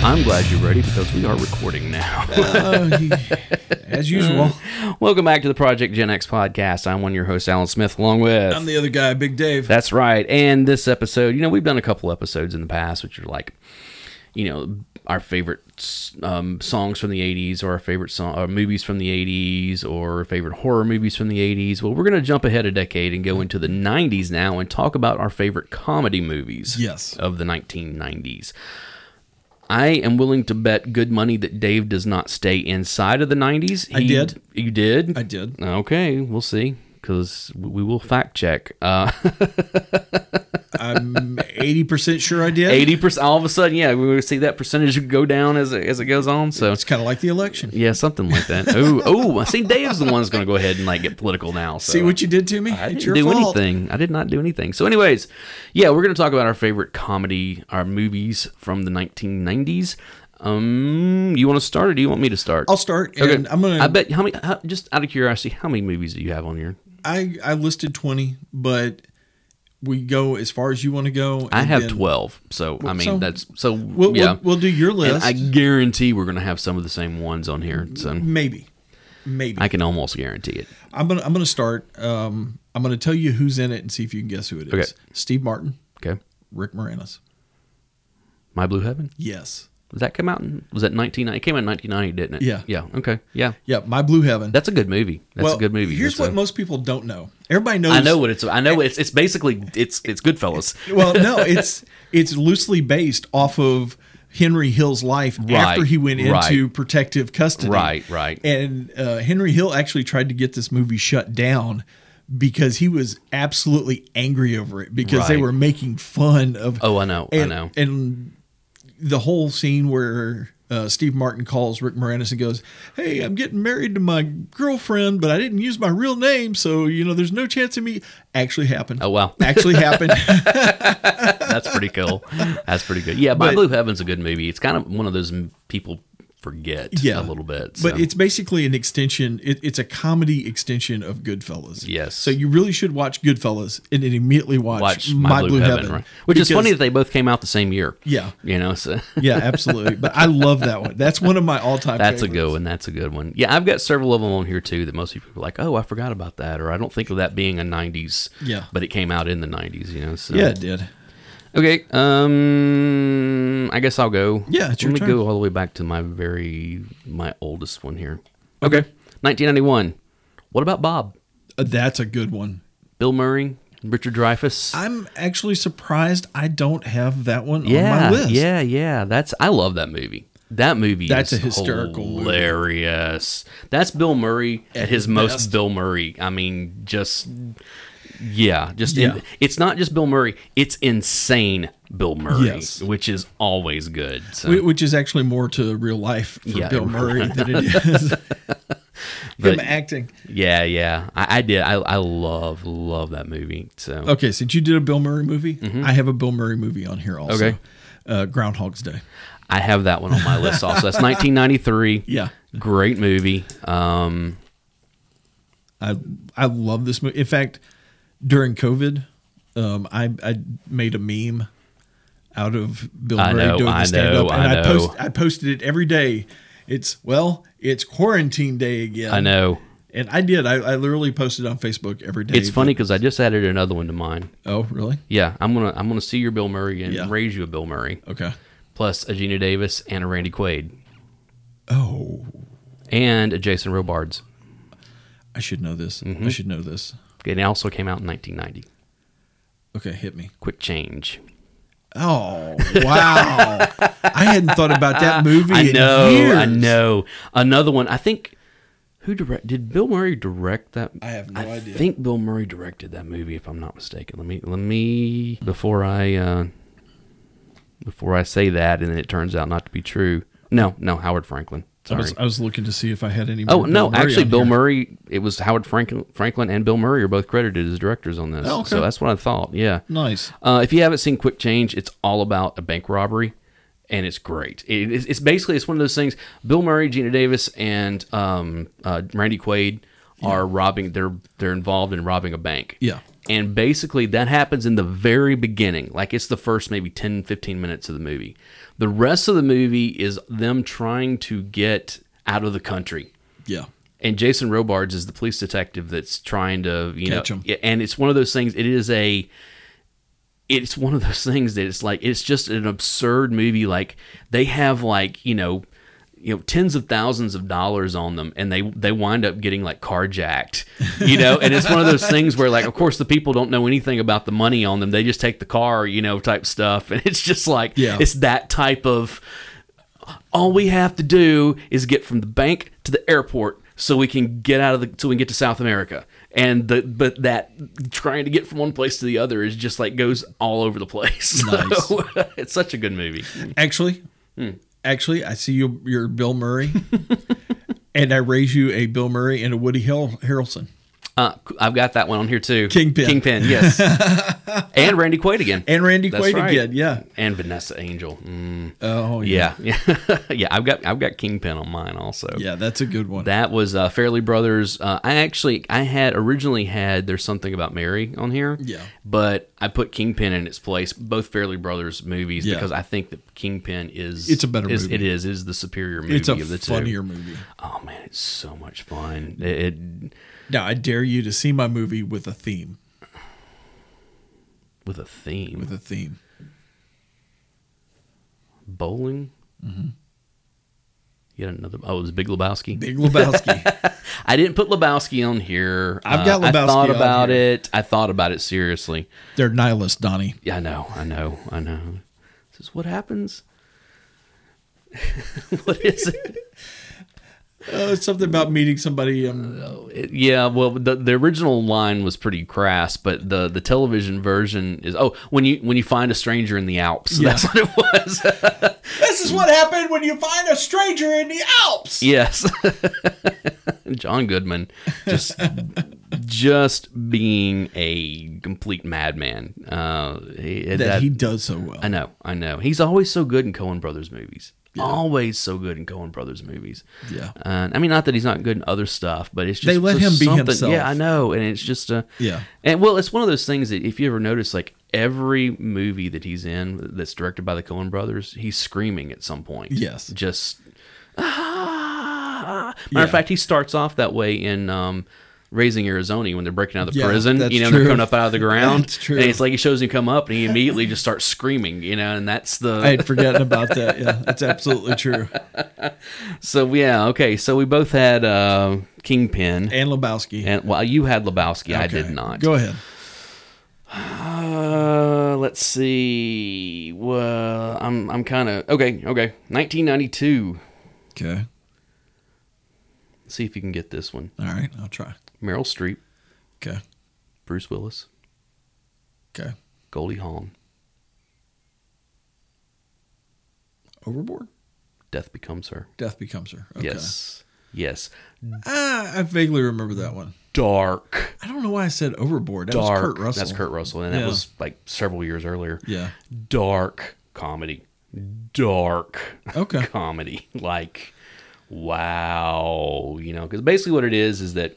I'm glad you're ready because we are recording now. Uh, As usual. Welcome back to the Project Gen X podcast. I'm one of your hosts, Alan Smith, along with. I'm the other guy, Big Dave. That's right. And this episode, you know, we've done a couple episodes in the past, which are like, you know, our favorite um, songs from the 80s or our favorite song, or movies from the 80s or favorite horror movies from the 80s. Well, we're going to jump ahead a decade and go into the 90s now and talk about our favorite comedy movies Yes. of the 1990s. I am willing to bet good money that Dave does not stay inside of the 90s. I did. You did? I did. Okay, we'll see because we will fact check. Uh, I'm 80% sure I did. Eighty percent. All of a sudden, yeah, we would see that percentage go down as it, as it goes on. So It's kind of like the election. yeah, something like that. Oh, oh, I see. Dave's the one that's going to go ahead and like get political now. So. See what you did to me? I it's didn't your do fault. anything. I did not do anything. So, anyways, yeah, we're going to talk about our favorite comedy, our movies from the 1990s. Um, you want to start, or do you want me to start? I'll start, and I'm gonna. I bet how many? How, just out of curiosity, how many movies do you have on your? I I listed 20, but we go as far as you want to go. I and have then twelve. So I mean, so that's so We'll, yeah. we'll, we'll do your and list. I guarantee we're going to have some of the same ones on here. So maybe, maybe. I can almost guarantee it. I'm gonna I'm gonna start. Um, I'm gonna tell you who's in it and see if you can guess who it is. Okay. Steve Martin, Okay. Rick Moranis. My Blue Heaven. Yes. Does that come out? In, was that 1990? It came out in 1990, didn't it? Yeah. Yeah. Okay. Yeah. Yeah, my Blue Heaven. That's a good movie. That's a good movie. Here's That's what a- most people don't know. Everybody knows. I know what it's. I know it's. It's basically it's it's Goodfellas. well, no, it's it's loosely based off of Henry Hill's life after he went into right. protective custody. Right, right. And uh, Henry Hill actually tried to get this movie shut down because he was absolutely angry over it because they Right. were making fun of. Oh, I know. and, I know. And the whole scene where. Uh, Steve Martin calls Rick Moranis and goes, "Hey, I'm getting married to my girlfriend, but I didn't use my real name, so you know there's no chance of me." Actually happened. Oh wow, Actually happened. that's pretty cool. That's pretty good. Yeah, My But- Blue Heaven's a good movie. It's kind of one of those m- people forget Yeah. a little bit. so. But it's basically an extension. It, it's a comedy extension of Goodfellas. Yes. So you really should watch Goodfellas and then immediately watch, watch My, Blue, Heaven, right? which is funny that they both came out the same year. Yeah. You know, so yeah, absolutely. But I love that one. That's one of my all-time. That's a favorites. good one. That's a good one. Yeah, I've got several of them on here too that most people are like, oh, I forgot about that, or I don't think of that being a '90s. Yeah. but it came out in the '90s. You know. So. Yeah, it did. Okay. Um, I guess I'll go. Yeah, Let it's your me turn. go all the way back to my very my oldest one here. Okay. 1991. What about Bob? Uh, That's a good one. Bill Murray, Richard Dreyfuss. I'm actually surprised I don't have that one yeah, on my list. Yeah, yeah. That's I love that movie. That movie That's is a hysterical movie. hilarious. That's Bill Murray at, his most best. Bill Murray. I mean, just yeah, just Yeah. In, it's not just Bill Murray, it's insane Bill Murray, Yes. which is always good. So. Wh- Which is actually more to real life for Yeah. Bill Murray than it is But- him acting. yeah, yeah. I, I did. I, I love love that movie. So Okay, since you did a Bill Murray movie, I have a Bill Murray movie on here also. Mm-hmm. Okay. Uh, Groundhog's Day. I have that one on my list also. That's 1993. Yeah. Great movie. Um, I I love this movie. In fact, during COVID, um, I I made a meme out of Bill I Murray know, doing I the stand up, know, and I I, post know. I posted it every day. It's well, it's quarantine day again. I know. and I did. I, I literally posted on Facebook every day. It's funny because I just added another one to mine. Oh, really? Yeah, I'm gonna I'm gonna see your Bill Murray and Yeah. raise you a Bill Murray, Okay. plus a Gina Davis and a Randy Quaid Oh, and a Jason Robards. I should know this. Mm-hmm. I should know this. It also came out in 1990. Okay, hit me. Quick change. Oh wow! I hadn't thought about that movie. I in know, years. I know. Another one. I think who direct did Bill Murray direct that? I have no I idea. think Bill Murray directed that movie, if I'm not mistaken. Let me let me before I uh, before I say that, and then it turns out not to be true. No, no, Howard Franklin. I Sorry. was, I was looking to see if I had any. Oh more no, Bill Murray actually, on Bill here. Murray. It was Howard Franklin, Franklin and Bill Murray are both credited as directors on this. Oh, okay. So that's what I thought. Yeah. Nice. Uh, if you haven't seen Quick Change, it's all about a bank robbery, and it's great. It, it's, it's basically it's one of those things. Bill Murray, Gina Davis, and um, uh, Randy Quaid are robbing. They're they're involved in robbing a bank. Yeah. And basically, that happens in the very beginning. Like, it's the first maybe 10, 15 minutes of the movie. The rest of the movie is them trying to get out of the country. Yeah. And Jason Robards is the police detective that's trying to, you Catch know, 'em. and it's one of those things. It is a, it's one of those things that it's like it's just an absurd movie. Like they have like you know, you know, tens of thousands of dollars on them, and they they wind up getting like carjacked, you know. and it's one of those things where like, of course, the people don't know anything about the money on them. They just take the car, you know, type stuff, and it's just like Yeah. it's that type of all we have to do is get from the bank to the airport so we can get out of the so we can get to South America. And the but that trying to get from one place to the other is just like goes all over the place. Nice. So, it's such a good movie. Actually, Hmm. actually, I see you. You're Bill Murray, and I raise you a Bill Murray and a Woody Har- Harrelson. Uh, I've got that one on here too. Kingpin. Kingpin, yes. and Randy Quaid again. And Randy That's Quaid right. again, yeah. And Vanessa Angel. Mm, Oh yeah. Yeah. yeah. I've got I've got Kingpin on mine also. yeah, that's a good one. That was uh, Fairley Brothers. Uh, I actually, I had originally had there's something about Mary on here. Yeah. But I put Kingpin in its place. Both Fairley Brothers movies Yeah. because I think that Kingpin is It's a better is- movie. It is is the superior movie it's a of the two. funnier movie. Oh man, it's so much fun. It, it- Now I dare you to see my movie with a theme. with a theme With a theme. bowling. Mm-hmm. Yet another. Oh, it was Big Lebowski. Big Lebowski. I didn't put Lebowski on here. Uh, I've got I thought Lebowski on about here. it. I thought about it seriously. They're nihilists, Donnie. Yeah, I know, I know, I know. This is what happens. what is it? Uh, it's something about meeting somebody. Um, It- Yeah, well, the, the original line was pretty crass, but the, the television version is oh, when you when you find a stranger in the Alps, that's what it was. this is what happened when you find a stranger in the Alps. yes, John Goodman, just just being a complete madman. Uh, he- That, he does so well. I know, I know. He's always so good in Coen Brothers movies. Always so good in Coen Brothers movies. Yeah. And I mean, not that he's not good in other stuff, but it's just They let just him be something- himself. Yeah, I know, and it's just uh, Yeah. And well, it's one of those things that if you ever notice, like every movie that he's in that's directed by the Coen Brothers, he's screaming at some point. Yes. just. Ah. Matter Yeah. of fact, he starts off that way in. Um, Raising Arizona when they're breaking out of the Yeah, prison, that's you know, they're true. coming up out of the ground. That's true. And it's like he shows him come up and he immediately just starts screaming, you know, and that's the I had forgotten about that. Yeah, that's absolutely true. so yeah, okay. So we both had uh Kingpin And Lebowski. and well you had Lebowski, I did Okay, not. Go ahead. Uh let's see. Well I'm I'm kinda okay, okay. Nineteen ninety two. Okay. See if you can get this one. All right. I'll try. Meryl Streep, Okay. Bruce Willis, Okay. Goldie Hawn, Overboard. Death Becomes Her. Death becomes her. Okay. Yes. Yes. Ah, I vaguely remember that one. Dark. I don't know why I said overboard. That Dark. was Kurt Russell. That's Kurt Russell. And that Yeah. was like several years earlier. Yeah. dark comedy. Dark Okay. comedy. Like, wow. You know, because basically what it is is that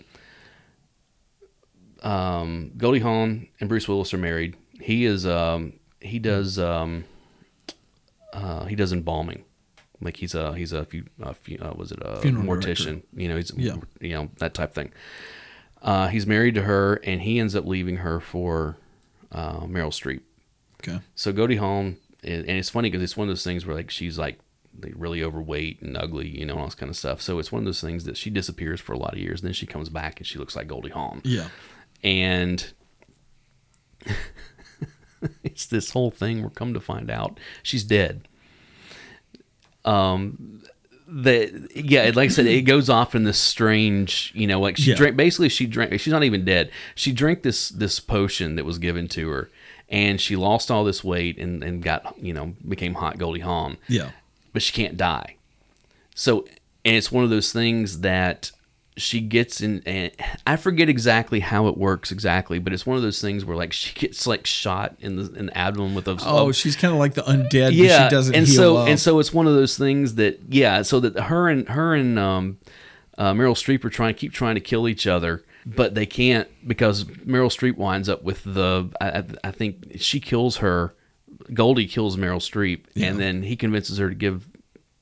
um, Goldie Hawn and Bruce Willis are married. He is, um, he does, um, uh, he does embalming. Like he's a he's a fu- a fu- uh, was it a Funeral mortician? director. You know he's Yeah. you know that type thing. Uh, he's married to her, and he ends up leaving her for uh, Meryl Streep. Okay. So Goldie Hawn, and, and it's funny because it's one of those things where like she's like like, really overweight and ugly, you know, all this kind of stuff. So it's one of those things that she disappears for a lot of years, and then she comes back and she looks like Goldie Hawn, Yeah. and it's this whole thing. We're come to find out she's dead. Um. The yeah, it- like I said, it goes off in this strange, you know, like she Yeah. drank. Basically, she drank. She's not even dead. She drank this this potion that was given to her, and she lost all this weight and and got you know became hot Goldie Hawn Yeah. but she can't die. So, and it's one of those things that she gets in, and I forget exactly how it works exactly, but it's one of those things where like she gets like shot in the in the abdomen with a Oh, she's kind of like the undead. but Um, yeah, She doesn't and heal so up. and so it's one of those things that yeah, so that her and her and um, uh, Meryl Streep are trying keep trying to kill each other. but they can't because Meryl Streep winds up with the. I, I- I think she kills her. Goldie kills Meryl Streep, and then he convinces her to give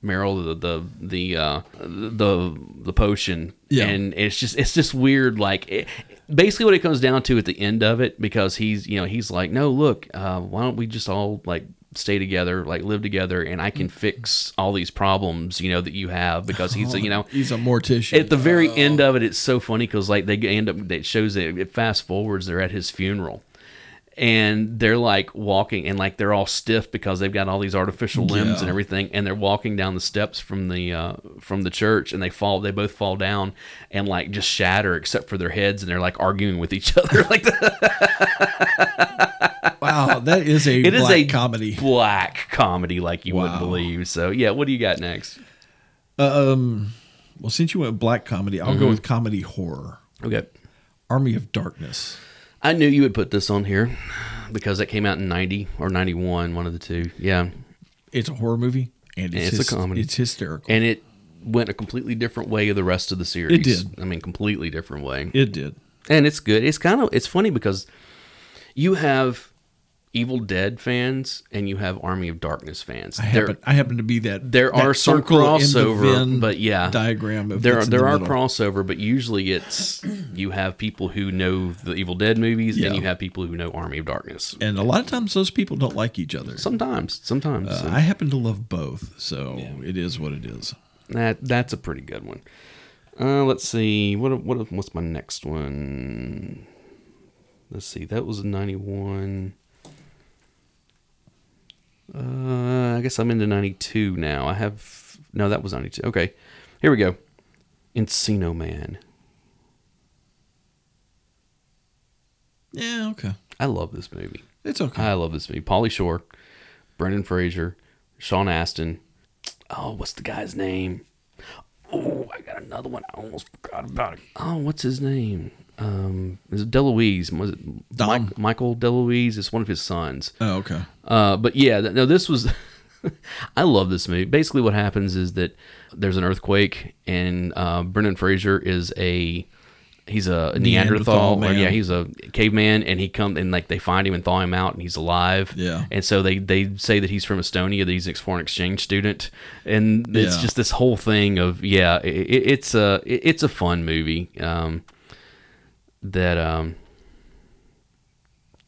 Meryl the the the uh, the the potion. Yeah. and it's just it's just weird. Like it, basically, what it comes down to at the end of it, because he's you know he's like, no, look, uh, why don't we just all like stay together, like live together, and I can fix all these problems you know that you have because he's you know He's a mortician. at the very end of it, it's so funny because like they end up, it shows that it fast forwards. They're at his funeral, and they're like walking, and like they're all stiff because they've got all these artificial limbs and Yeah. everything, and they're walking down the steps from the uh, from the church, and they fall. They both fall down and like just shatter, except for their heads, and they're like arguing with each other. like the, wow, that is a it is black a comedy. black comedy, like you wouldn't Wow. believe. So yeah, what do you got next? Well, since you went black comedy, I'll go Mm-hmm. with comedy horror. Okay. Army of Darkness. I knew you would put this on here because that came out in 90 or 91, one of the two. Yeah. It's a horror movie and it's, it's a hys- comedy. It's hysterical. And it went a completely different way of the rest of the series. It did. I mean, completely different way. it did. And it's good. It's kind of it's funny because you have Evil Dead fans and you have Army of Darkness fans. I happen, I happen to be that. there that are some circle in the crossover, Venn but yeah, diagram. Of there are that's in there the are middle. crossover, but usually it's you have people who know the Evil Dead movies Yeah. and you have people who know Army of Darkness. and a lot of times those people don't like each other. Sometimes, sometimes Uh, I happen to love both, so it is what it is. That that's a pretty good one. Uh, let's see. What what what's my next one? Let's see. That was a ninety one. Uh, I guess I'm into ninety two now. I have no. That was ninety two. Okay, here we go. Encino Man. Yeah, okay, I love this movie. it's okay. I love this movie. Polly Shore, Brendan Fraser, Sean Astin. Oh, what's the guy's name? Oh, I got another one. I almost forgot about it. Oh, what's his name? Um, is it Deloise? Was it Dom. Mike- Michael Deloise? It's one of his sons. oh, okay. Uh, but yeah, th- no, this was. I love this movie. Basically, what happens is that there's an earthquake, and uh, Brendan Fraser is a he's a Neanderthal, Neanderthal or yeah, man. he's a caveman, and he come and like they find him and thaw him out, and he's alive. Yeah. and so they they say that he's from Estonia, that he's a foreign exchange student, and it's Yeah. just this whole thing of yeah, i i it's a it, it's a fun movie. Um, that um,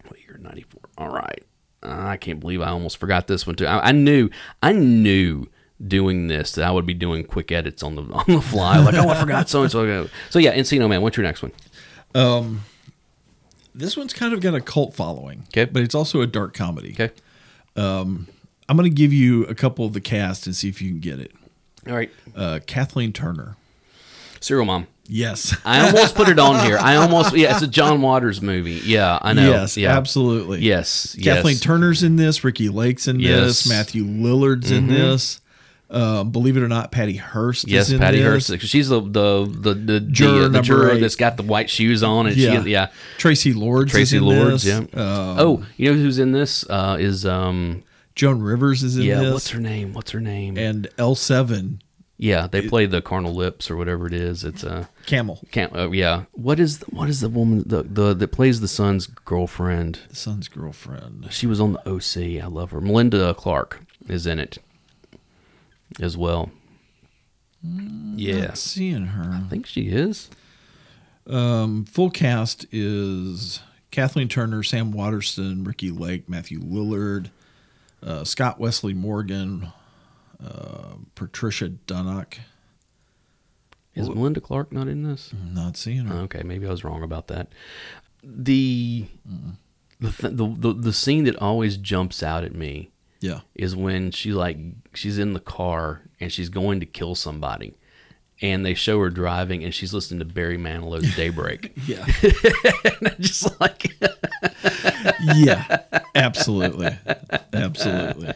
what year? Ninety four. All right. I can't believe I almost forgot this one too. I, I knew, I knew doing this that I would be doing quick edits on the on the fly. Like, oh, I forgot so and so. So yeah, Encino Man. What's your next one? This one's kind of got a cult following, 'Kay. but it's also a dark comedy. Okay. I'm going to give you a couple of the cast and see if you can get it. All right. Uh, Kathleen Turner. Serial Mom. Yes. I almost put it on here. I almost yeah. It's a John Waters movie. Yeah, I know. Yes, yeah. absolutely. Yes. Kathleen yes. Turner's in this. Ricky Lake's in Yes. Mm-hmm. this. Matthew Lillard's in this. Um, believe it or not, Patty Hearst Yes, is in Patty this. Hearst. She's the the the the Juror the, number juror eight. that's got the white shoes on, and yeah, Yeah. she, yeah. Tracy Lords. Tracy is in Lords. Yeah. this. Uh, oh, you know who's in this? Uh, is um Joan Rivers is in yeah. this. What's her name? What's her name? and L7 yeah, they play the carnal lips or whatever it is. It's a Camel. can't. Uh, yeah. What is the, what is the woman the, the that plays the son's girlfriend? The son's girlfriend. She was on the OC. I love her. Melinda Clark is in it as well. Not Yes, seeing her. I think she is. Um, full cast is Kathleen Turner, Sam Waterston, Ricky Lake, Matthew Lillard, uh, Scott Wesley Morgan, uh, Patricia Dunnock. Is Melinda Clark not in this? I'm not seeing her. Okay, maybe I was wrong about that. The the, th- the the the scene that always jumps out at me yeah. is when she like she's in the car and she's going to kill somebody, and they show her driving and she's listening to Barry Manilow's Daybreak. Yeah. and I'm just like yeah. Absolutely. Absolutely.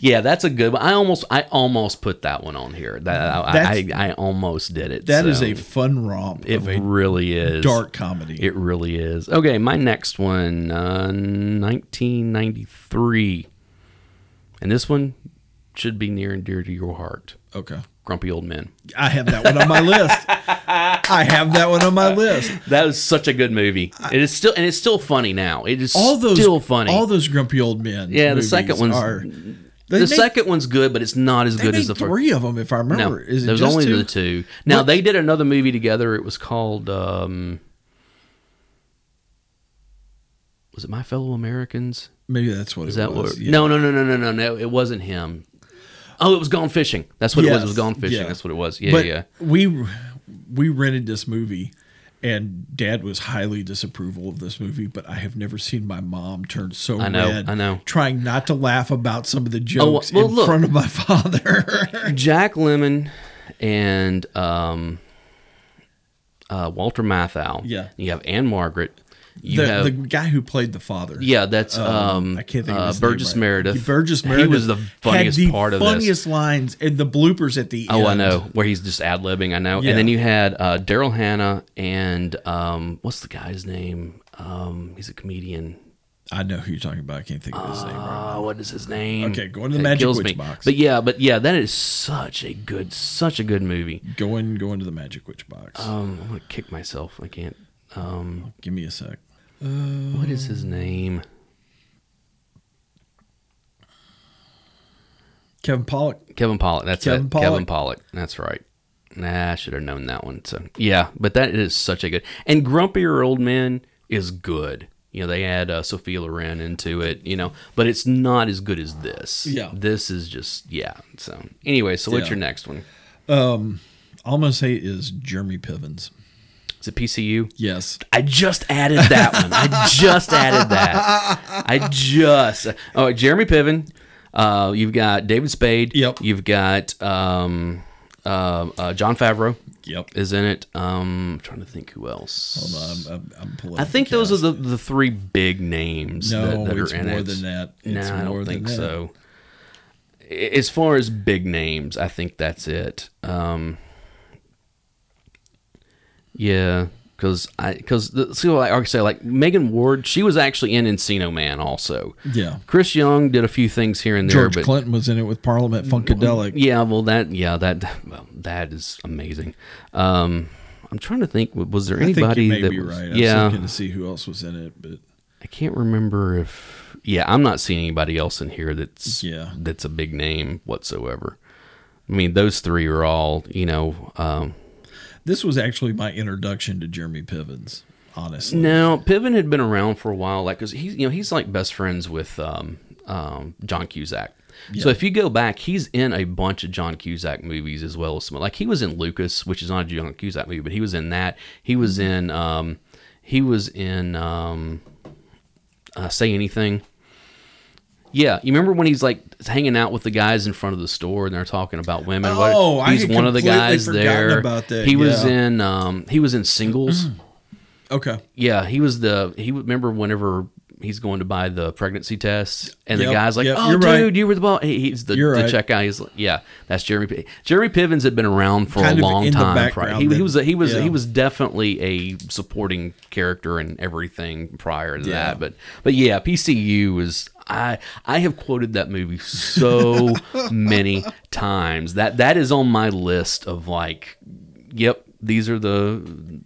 yeah, that's a good. one. I almost I almost put that one on here. That I, That's- I I almost did it. That is so a fun romp it of a really is dark comedy. It really is. Okay, my next one, uh, 1993. And this one should be near and dear to your heart okay. Grumpy Old Men. I have that one on my list. I have that one on my list. That was such a good movie. It is still and it's still funny now. It is All those still funny. All those grumpy old men. Yeah, the movies second one's- are. the They made- second one's good, but it's not as They good made as the first. three of them, if I remember. No, Is it there's just only two? the two. Now What- they did another movie together. It was called. Um, was it My Fellow Americans? Maybe that's what Is it that was. what? yeah. No, no, no, no, no, no, no. It wasn't him. Oh, it was Gone Fishing. That's what it was. It was Yes, Gone Fishing. yeah. That's what it was. Yeah, but yeah. we we rented this movie, and Dad was highly disapproval of this movie. But I have never seen my mom turn so I know, red. I know. Oh, Trying not to laugh about some of the jokes well, in look. front of my father. Jack Lemon and um, uh, Walter Matthau. Yeah. You have Anne Margaret. You the, have the guy who played the father. yeah. That's um, I can't think of uh, his name Burgess right. Meredith. Burgess Meredith. He was the funniest had the part of funniest this. lines and the bloopers at the Oh, end. I know where he's just ad libbing. I know. Yeah. And then you had uh, Daryl Hannah and um, what's the guy's name? Um, he's a comedian. I know who you're talking about. I can't think of his name. Right. Oh, what is his name? Okay, go into the It Magic kills Witch me. box. But yeah, but yeah, that is such a good, such a good movie. Go in, go into the magic witch box. Um, I'm gonna kick myself. I can't. Um, Give me a sec. what is his name? Kevin Pollock. Kevin Pollock. That's Kevin it. Pollak. Kevin Pollock. That's right. Nah, I should have known that one. So yeah, but that is such a good and grumpier old man is good. You know, they add uh, Sophia Loren into it. You know, but it's not as good as this. Yeah. this is just yeah. So anyway, so what's Yeah. your next one? Um, All I'm gonna say is Jeremy Pivens. Is it PCU? Yes. I just added that one. I just added that. I just. Oh, Jeremy Piven. Uh, you've got David Spade. Yep. You've got um, uh, uh, John Favreau Yep. is in it. Um, I'm trying to think who else. Hold on, I'm, I'm, I'm pulling. I up think the those cast. are the, the three big names No, that, that it's are in more it. than that. No, It's I more don't than think that. so. I- As far as big names, I think that's it. Um, yeah, because I because see what I say like Megan Ward, she was actually in Encino Man also. Yeah. Chris Young did a few things here and there, George but Mm, Clinton was in it with Parliament Funkadelic. yeah, well that yeah that well that is amazing. Um, I'm trying to think. Was there I anybody think you may that be was, right. I yeah was looking to see who else was in it, but I can't remember if yeah, I'm not seeing anybody else in here that's Yeah. that's a big name whatsoever. I mean, those three are all you know. Um, this was actually my introduction to Jeremy Pivens. Honestly, now Piven had been around for a while, like because he's you know he's like best friends with um, um, John Cusack. So if you go back, he's in a bunch of John Cusack movies as well as some like he was in Lucas, which is not a John Cusack movie, but he was in that. He was Mm-hmm. in um, he was in um, uh, say anything. Yeah, you remember when he's like hanging out with the guys in front of the store and they're talking about women. What- Oh, I he's had one of the completely guys forgotten there. about that, He was yeah. in um, he was in singles. Mm. okay. Yeah, he was the he would remember whenever he's going to buy the pregnancy test, and Yep, the guy's like, yep, "Oh, you're dude, right. you were the ball." He, he's the, You're the right. check guy. He's like, "Yeah, that's Jeremy." P-. Jeremy Pivens had been around for Kind a of long in the time. background Prior. He, he then, was a, he was yeah. he was definitely a supporting character in everything prior to Yeah. that. But but yeah, PCU was. I, I have quoted that movie so many times. That that is on my list of like, yep, these are the th-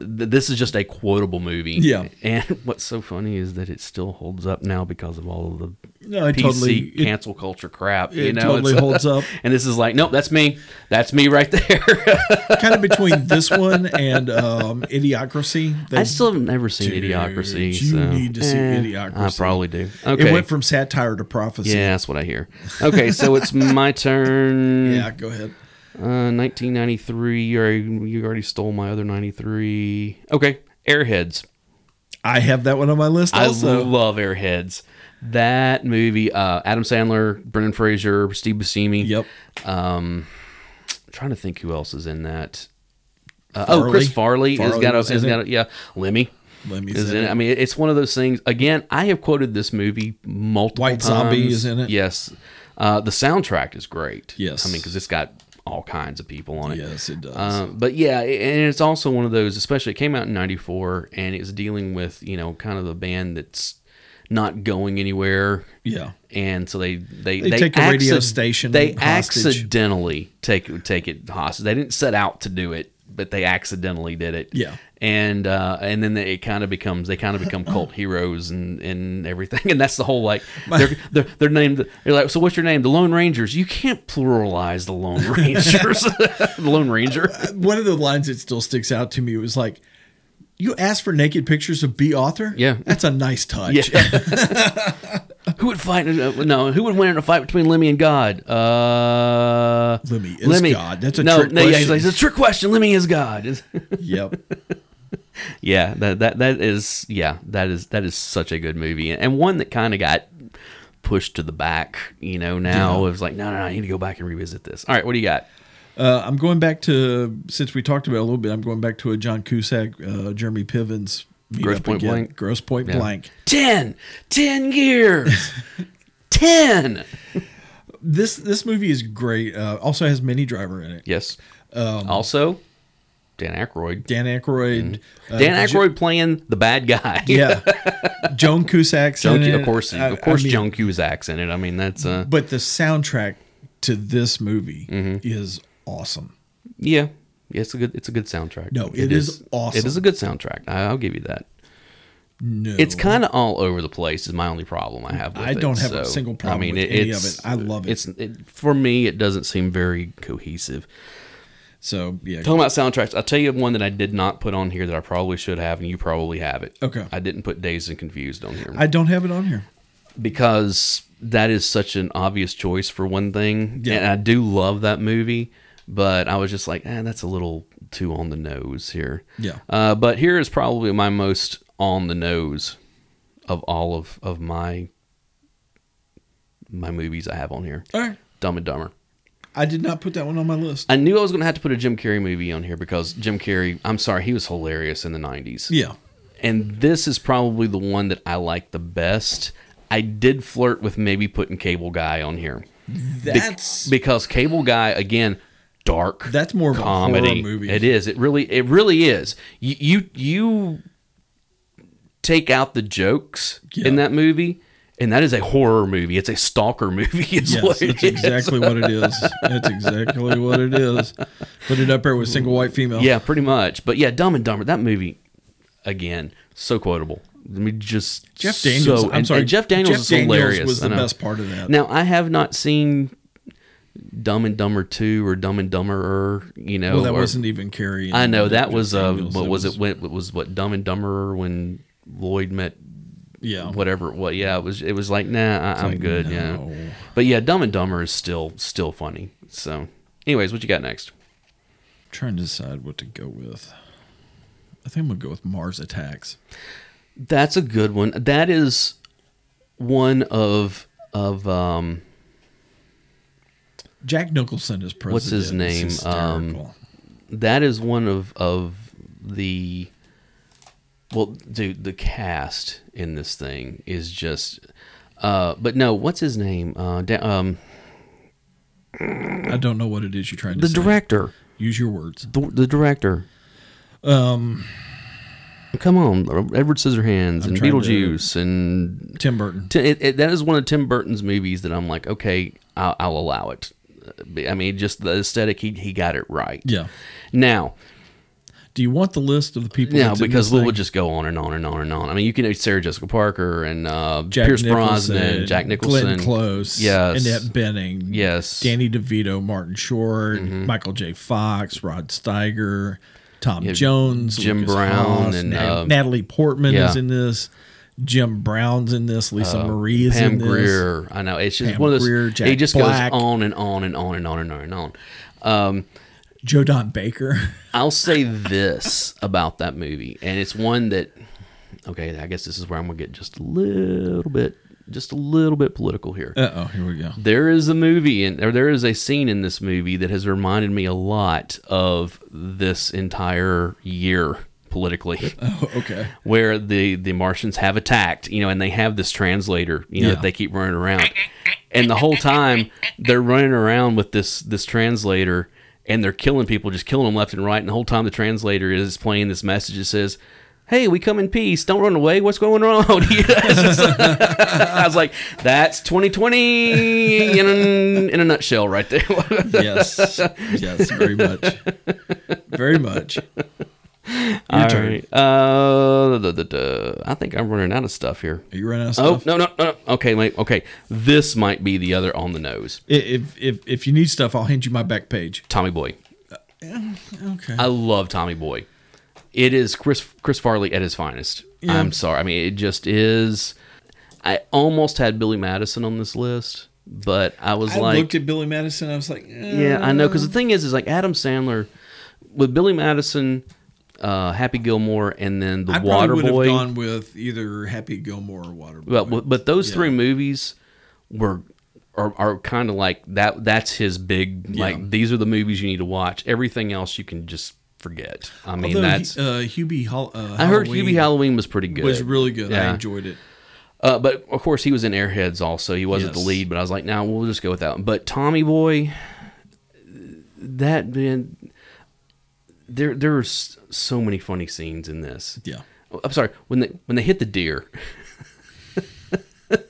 this is just a quotable movie. Yeah. And what's so funny is that it still holds up now because of all of the No, it PC totally. It, cancel culture crap. you it know, totally It's- holds up. and this is like, nope, that's me. That's me right there. kind of between this one and um, Idiocracy. They- I still have never seen Dude, Idiocracy. you so- Eh, need to see I Idiocracy. probably do. Okay. It went from satire to prophecy. yeah, that's what I hear. Okay, so it's my turn. Yeah, go ahead. Uh, 1993. You already, you already stole my other 93. Okay, Airheads. I have that one on my list also. I love Airheads. That movie, uh, Adam Sandler, Brendan Fraser, Steve Buscemi. yep. Um, trying to think who else is in that. Uh, oh, Farley. Chris Farley, has Farley got a, was in has it. got a, yeah. Lemmy Lemmy's is in in it. it. I mean, it's one of those things. Again, I have quoted this movie multiple White times. Zombie is in it. Yes. Uh, the soundtrack is great. Yes. I mean, because it's got all kinds of people on it. Yes, it does. Um, but yeah, it- and it's also one of those, especially it came out in '94, and it's dealing with you know kind of the band that's not going anywhere. Yeah. And so they they They take a radio station They hostage. accidentally take take it hostage. They didn't set out to do it, but they accidentally did it. Yeah. And uh, and then they, it kind of becomes they kind of become cult heroes and, and everything. And that's the whole like they're they're, they're named. They're like, so what's your name? The Lone Rangers. You can't pluralize the Lone Rangers. the Lone Ranger. One of the lines that still sticks out to me was like, "You asked for naked pictures of B author. Yeah. that's a nice touch. Yeah. who would fight? uh, No, who would win in a fight between Lemmy and God? Uh, Lemmy is God. That's a no, trick no, yeah, he's question. like, it's a trick question. Lemmy is God. It's- yep. yeah, that that that is yeah, that is that is such a good movie and, and one that kind of got pushed to the back. You know, now it was like, no, no, no, I need to go back and revisit this. All right, what do you got? Uh, I'm going back to since we talked about it a little bit. I'm going back to a John Cusack, uh, Jeremy Piven's meetup Grosse Pointe again. Blank? Gross Point Blank. Ten. Ten years. Ten. This this movie is great. Uh, also has Mini Driver in it. Yes. Um, also, Dan Aykroyd. Dan Aykroyd. uh, Mm-hmm. Dan Jo- Aykroyd playing the bad guy. yeah. Joan Cusack's Joan, in it. of course, I- of course, I mean, Joan Cusack's in it. I mean, that's uh, But the soundtrack to this movie Mm-hmm. is awesome. yeah, yeah, it's a good, it's a good soundtrack. No, it is awesome. It is a good soundtrack. I, I'll give you that. No, It's kind of all over the place. Is my only problem I have. with I it, don't have a so, single problem I mean, with it- any of it's- it. I love it. It's it, for me, it doesn't seem very cohesive. so yeah. Talking about soundtracks, I'll tell you one that I did not put on here that I probably should have, and you probably have it. Okay. I didn't put Dazed and Confused on here. I don't have it on here. because that is such an obvious choice for one thing. Yeah. And I do love that movie, but I was just like, eh, that's a little too on the nose here. Yeah. Uh, but here is probably my most on the nose of all of, of my my movies I have on here. All right. Dumb and Dumber. I did not put that one on my list. I knew I was going to have to put a Jim Carrey movie on here because Jim Carrey, I'm sorry, he was hilarious in the 90s yeah. and this is probably the one that I like the best. I did flirt with maybe putting Cable Guy on here Be- That's because Cable Guy again, dark. That's more of a horror movie. It is. It really. It really is. You you, you take out the jokes in Yeah. that movie, and that is a horror movie. It's a stalker movie. Is yes, what it that's is. exactly what it is. That's exactly what it is. Put it up there with single white female. Yeah, pretty much. But yeah, Dumb and Dumber. That movie, again, so quotable. I mean, just Jeff Daniels. So, I'm and- sorry. and Jeff Daniels is hilarious. was I the know. best part of that. Now I have not seen Dumb and Dumber Two or Dumb and Dumberer. You know, well, that or- wasn't even Carrie. I know that Jeff was uh, Daniels. what That was, it? When it was what Dumb and Dumberer when Lloyd met Yeah. whatever. What? Yeah, it was. It was like nah, I, I'm like, good. no. Yeah, but yeah, Dumb and Dumber is still still funny. So, anyways, what you got next? Trying to decide what to go with. I think I'm gonna go with Mars Attacks. That's a good one. That is one of of um Jack Nicholson is president. What's his It's name? hysterical. that is one of of the well dude the cast in this thing is just uh but no what's his name uh da- um I don't know what it is you're trying to the say. director Use your words. the, the director um come on edward scissorhands and trying to- beetlejuice and Tim Burton. Ti- it, it, that is one of Tim Burton's movies that I'm like, okay, I'll, I'll allow it. Uh, I mean, just the aesthetic, he, he got it right. Yeah. Now, Do you want the list of the people? now that's in because this we'll thing? just go on and on and on and on. I mean, you can Sarah Jessica Parker and uh, Jack Pierce Nicholson, Brosnan, Jack Nicholson, Glenn Close, Yes. Annette Benning, Yes. Mm-hmm. Danny DeVito, Martin Short, Michael J. Fox, Rod Steiger, Tom Jones, Jim Lucas Brown, Haas, and, Nat- uh, Natalie Portman is yeah. Uh, in this. Jim Brown's in this. Lisa Marie is Pam in this. Greer. I know it's just Pam one of those. Grier, Jack it just Black. goes on and on and on and on and on and on. Um, Joe Don Baker. I'll say this about that movie, and it's one that, okay, I guess this is where I'm gonna get just a little bit, just a little bit political here. Uh oh, here we go. There is a movie in, or there is a scene in this movie that has reminded me a lot of this entire year politically, Oh, okay. where the the Martians have attacked, you know, and they have this translator, you know, Yeah. that they keep running around, and the whole time they're running around with this this translator, and they're killing people, just killing them left and right, and the whole time the translator is playing this message that says. hey, we come in peace. Don't run away. What's going on? It's just- I was like, that's 2020 in a, in a nutshell right there. yes, yes, very much, very much. Your All turn. right. Uh, duh, duh, duh, duh. I think I'm running out of stuff here. Are you running out of Oh, stuff? no, no, no. no. Okay, wait. Okay. This might be the other on the nose. I- If, if if you need stuff, I'll hand you my back page. Tommy Boy. Eh, Okay. I love Tommy Boy. It is Chris Chris Farley at his finest. I'm sorry. I mean, it just is. I almost had Billy Madison on this list, but I was I like, looked at Billy Madison. I was like, eh. yeah, I know. Because the thing is, is like Adam Sandler with Billy Madison, uh, Happy Gilmore, and then The I probably would Waterboy. have gone with either Happy Gilmore or Waterboy. But but those Yeah. three movies were are, are kind of like that. That's his big like. These are the movies you need to watch. Everything else you can just forget. I mean, Although, that's. uh, Hubie. Hol- uh, I heard Halloween Hubie Halloween was pretty good. was really good. I Yeah. enjoyed it. Uh, but of course, he was in Airheads also. He wasn't Yes. the lead, but I was like, now we'll just go with that. one." But Tommy Boy, that man, there there are s- so many funny scenes in this. Yeah. Oh, I'm sorry when they when they hit the deer.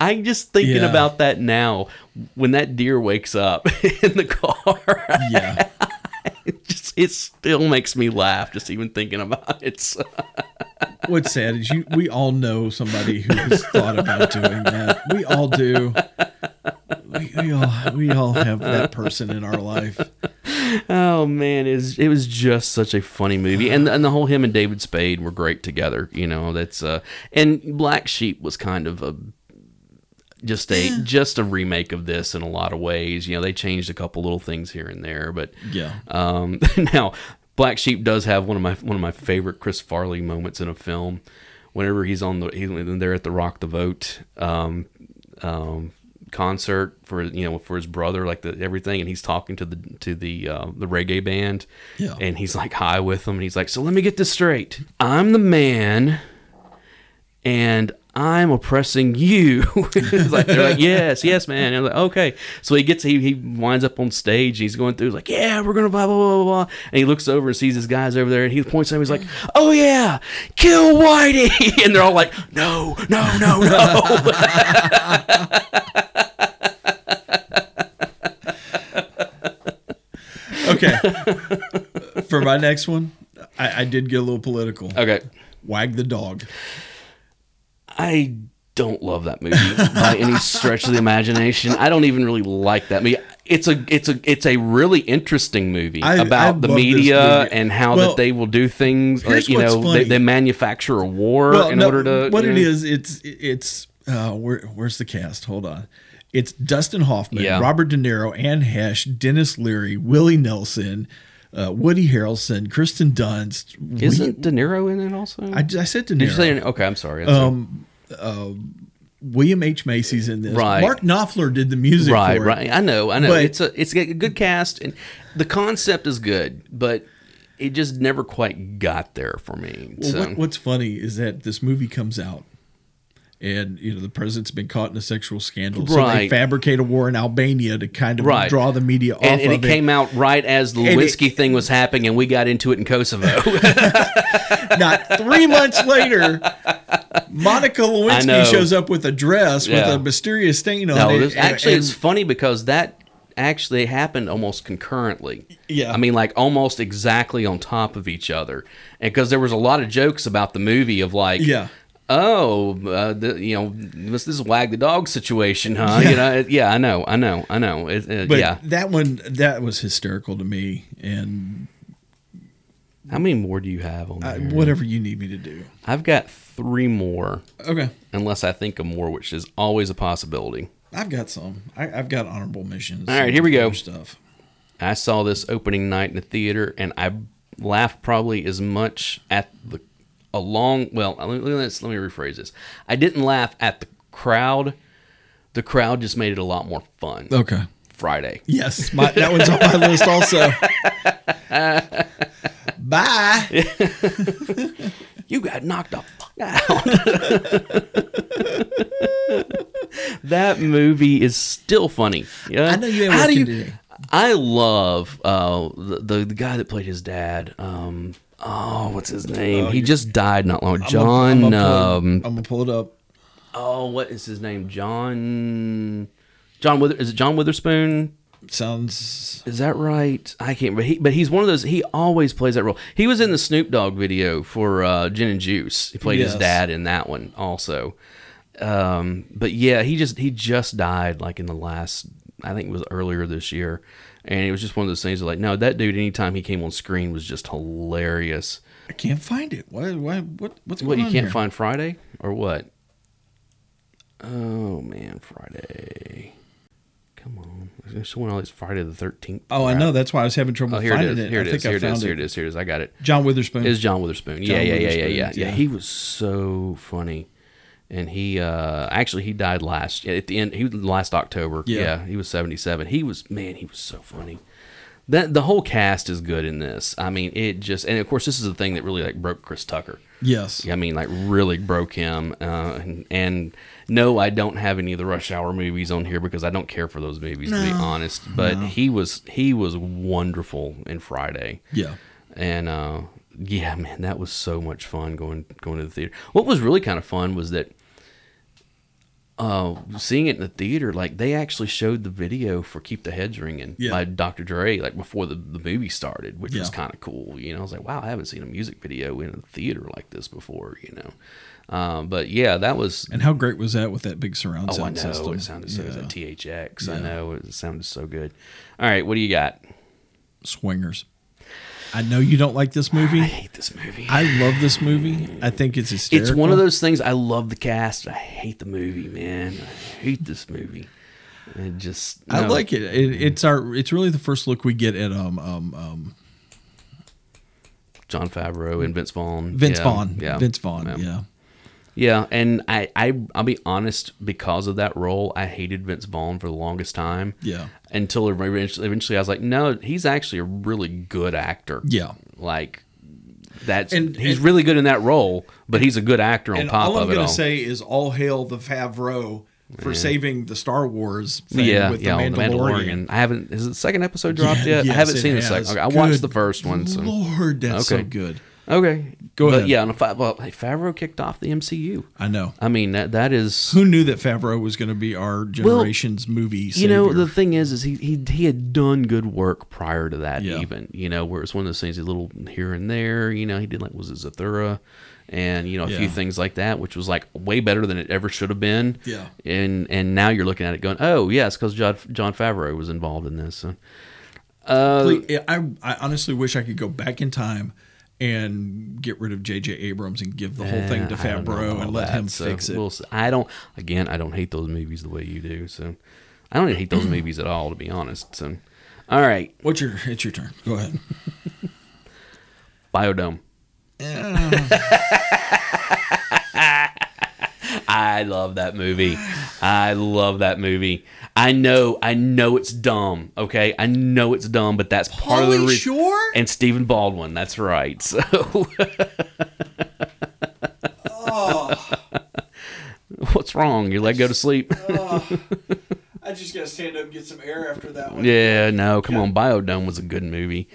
I'm just thinking Yeah. about that now. When that deer wakes up in the car, Yeah. it just it still makes me laugh just even thinking about it. So, What's sad is you. We all know somebody who has thought about doing that. We all do. We, we all we all have that person in our life. oh man, it was, it was just such a funny movie, and and the whole him and David Spade were great together. You know, that's uh, and Black Sheep was kind of a just a just a remake of this in a lot of ways. You know, they changed a couple little things here and there, but Yeah. Um, now, Black Sheep does have one of my one of my favorite Chris Farley moments in a film. Whenever he's on the he's when they're at the Rock the Vote um, um, concert for you know for his brother like the everything, and he's talking to the to the uh, the reggae band, Yeah. and he's like high with them, and he's like, so let me get this straight, I'm the man and I'm oppressing you. It's like they're like, yes, yes, man. And I'm like, okay. So he gets he he winds up on stage. He's going through he's like, yeah, we're gonna blah blah blah blah. blah. And he looks over and sees his guys over there, and he points at him. He's like, oh yeah, kill Whitey. And they're all like, no, no, no, no. Okay. For my next one, I, I did get a little political. okay, Wag the dog. I don't love that movie by any stretch of the imagination. I don't even really like that movie. It's a it's a it's a really interesting movie I- I about love the this media movie. and how Well, that they will do things. Like, here's you what's know, funny. they, they manufacture a war in no, order to. what you it know- is, it's it's uh, where, where's the cast? Hold on. It's Dustin Hoffman, Yeah. Robert De Niro, Anne Hesh, Dennis Leary, Willie Nelson, uh, Woody Harrelson, Kristen Dunst. Wi- Isn't De Niro in it also? I, I said De Um, Did you say? Niro. Okay, I'm sorry. William H Macy's in this. Right. Mark Knopfler did the music. right, for it. right. I know, I know. But- it's a it's a good cast and the concept is good, but it just never quite got there for me. Well, so. what, what's funny is that this movie comes out, and you know the president's been caught in a sexual scandal, so they Right. fabricate a war in Albania to kind of Right. draw the media off and, and of it came out right as the it- Lewinsky thing was happening, and we got into it in Kosovo. Not three months later, Monica know. Lewinsky shows up with a dress Yeah. with a mysterious stain on no, it. this, and- actually, and- it's funny because that actually happened almost concurrently. Yeah. I mean, like almost exactly on top of each other, and because there was a lot of jokes about the movie of like, Yeah. Oh, uh, the, you know, this, this is wag the dog situation, huh? You know, it- yeah, I know, I know, I know. It, it- but yeah, that one that was hysterical to me, and how many more do you have on I, there? whatever you need me to do. I've got three more, Okay, unless I think of more, which is always a possibility. I've got some. I, I've got honorable missions. All right, here we go. Stuff. I saw this opening night in the theater, and I laughed probably as much at the along. Well, let me, let's, let me rephrase this. I didn't laugh at the crowd. The crowd just made it a lot more fun. Okay. Friday. Yes, my, that one's on my list also. Bye. You got knocked the fuck out. that movie is still funny. Yeah, I know you had How work do you? today. I love uh, the, the the guy that played his dad. Um, oh, what's his name? he just died not long. John. I'm gonna pull it- um, I'm gonna pull it up. oh, what is his name? John. John Wither is it John Witherspoon? Sounds Is that right? I can't. But, he, but he's one of those. He always plays that role. He was in the Snoop Dogg video for uh, Gin and Juice. He played his Yes. dad in that one also. Um, but yeah, he just he just died like in the last. I think it was earlier this year, and it was just one of those things. Like, no, that dude. Anytime he came on screen was just hilarious. I can't find it. Why? Why? What? What's What going you on can't here? find Friday or what? Oh man, Friday. Come on, there's someone else. Friday the thirteenth. Oh, I know. That's why I was having trouble Oh, here it finding is. it. Here I it think is. I Here it found is. Here it. it is. Here it is. I got it. John Witherspoon. It's John Witherspoon. yeah, yeah, yeah, yeah, yeah, Witherspoon, yeah. yeah. He was so funny, and he uh, actually he died last at the end. He was last October. Yeah, Yeah. he was seventy seven. He was man. He was so funny. That the whole cast is good in this. I mean, it just and of course this is the thing that really like broke Chris Tucker. yes. I mean, like really broke him. Uh, and, and no, I don't have any of the Rush Hour movies on here because I don't care for those movies to be honest. But he was he was wonderful in Friday, Yeah. and uh, yeah, man, that was so much fun going going to the theater. What was really kind of fun was that uh, seeing it in the theater, like they actually showed the video for "Keep the Heads Ringing" Yeah. by Dr. Dre, like before the, the movie started, which was Yeah. kind of cool. You know, I was like, wow, I haven't seen a music video in a theater like this before. You know, um, but yeah, that was. And how great was that with that big surround Oh, I sound know system? it sounded so. It was Yeah. at THX. I Yeah. know it sounded so good. All right, what do you got? Swingers. I know you don't like this movie. I hate this movie. I love this movie. I think it's hysterical. It's one of those things. I love the cast. I hate the movie, man. I hate this movie. It just I no. like it. it. It's our. It's really the first look we get at um um um John Favreau and Vince Vaughn. Vince Yeah, Vaughn. Yeah, Vince Vaughn. Yeah. yeah. And I, I, I'll be honest. Because of that role, I hated Vince Vaughn for the longest time. Yeah. Until eventually, eventually, I was like, no, he's actually a really good actor. Yeah. Like that's And- he's and- really good in that role, but he's a good actor on And top all I'm of it gonna all. say is all hail the Favreau for saving the Star Wars thing yeah, with yeah, the on the Mandalorian. Mandalorian. I haven't. Is the second episode dropped yet? yes, I haven't it seen the has. second. Okay, I Good watched the first one. So. Lord, that's so Okay. good. Okay, Go But ahead. yeah, on a five, well, hey, Favreau kicked off the MCU. I know. I mean that that is Who knew that Favreau was going to be our generation's movie? Savior? you know the thing is is he, he he had done good work prior to that Yeah. even you know where it's one of those things a little here and there you know he did like was it Zathura and you know a Yeah. few things like that which was like way better than it ever should have been Yeah. and and now you're looking at it going oh yeah it's because John John Favreau was involved in this so. uh, Like, I, I honestly wish I could go back in time and get rid of J.J. Abrams and give the whole thing to Eh, I don't know Favreau all and let that, him so fix it. we'll see. I don't. Again, I don't hate those movies the way you do. So I don't even hate those movies at all, to be honest. So all right, What's your? It's your turn. Go ahead. Biodome. I love that movie. I love that movie. I know, I know it's dumb. Okay, I know it's dumb, but that's part of the Pauly reason. Shore? and Stephen Baldwin. That's right. So, Oh. what's wrong? Your leg go to sleep? I just gotta stand up and get some air after that one. Yeah, no, come on. Biodome was a good movie.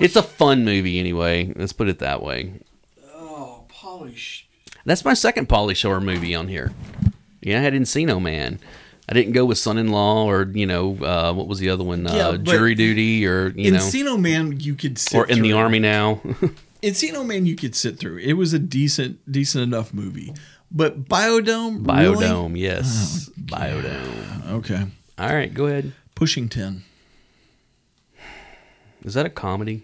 It's a fun movie anyway. Let's put it that way. Oh, polish. That's my second Polly Shore movie on here. Yeah, I had Encino Man. I didn't go with Son in Law or, you know, uh, what was the other one? Yeah, Uh, but- Jury Duty or, you know, Encino Man, you could sit or In the through. Army Now. Encino Man, you could sit through. It was a decent, decent enough movie. But Biodome, really? Biodome, yes. Oh, Biodome. Okay, All right, go ahead. pushing ten. Is that a comedy?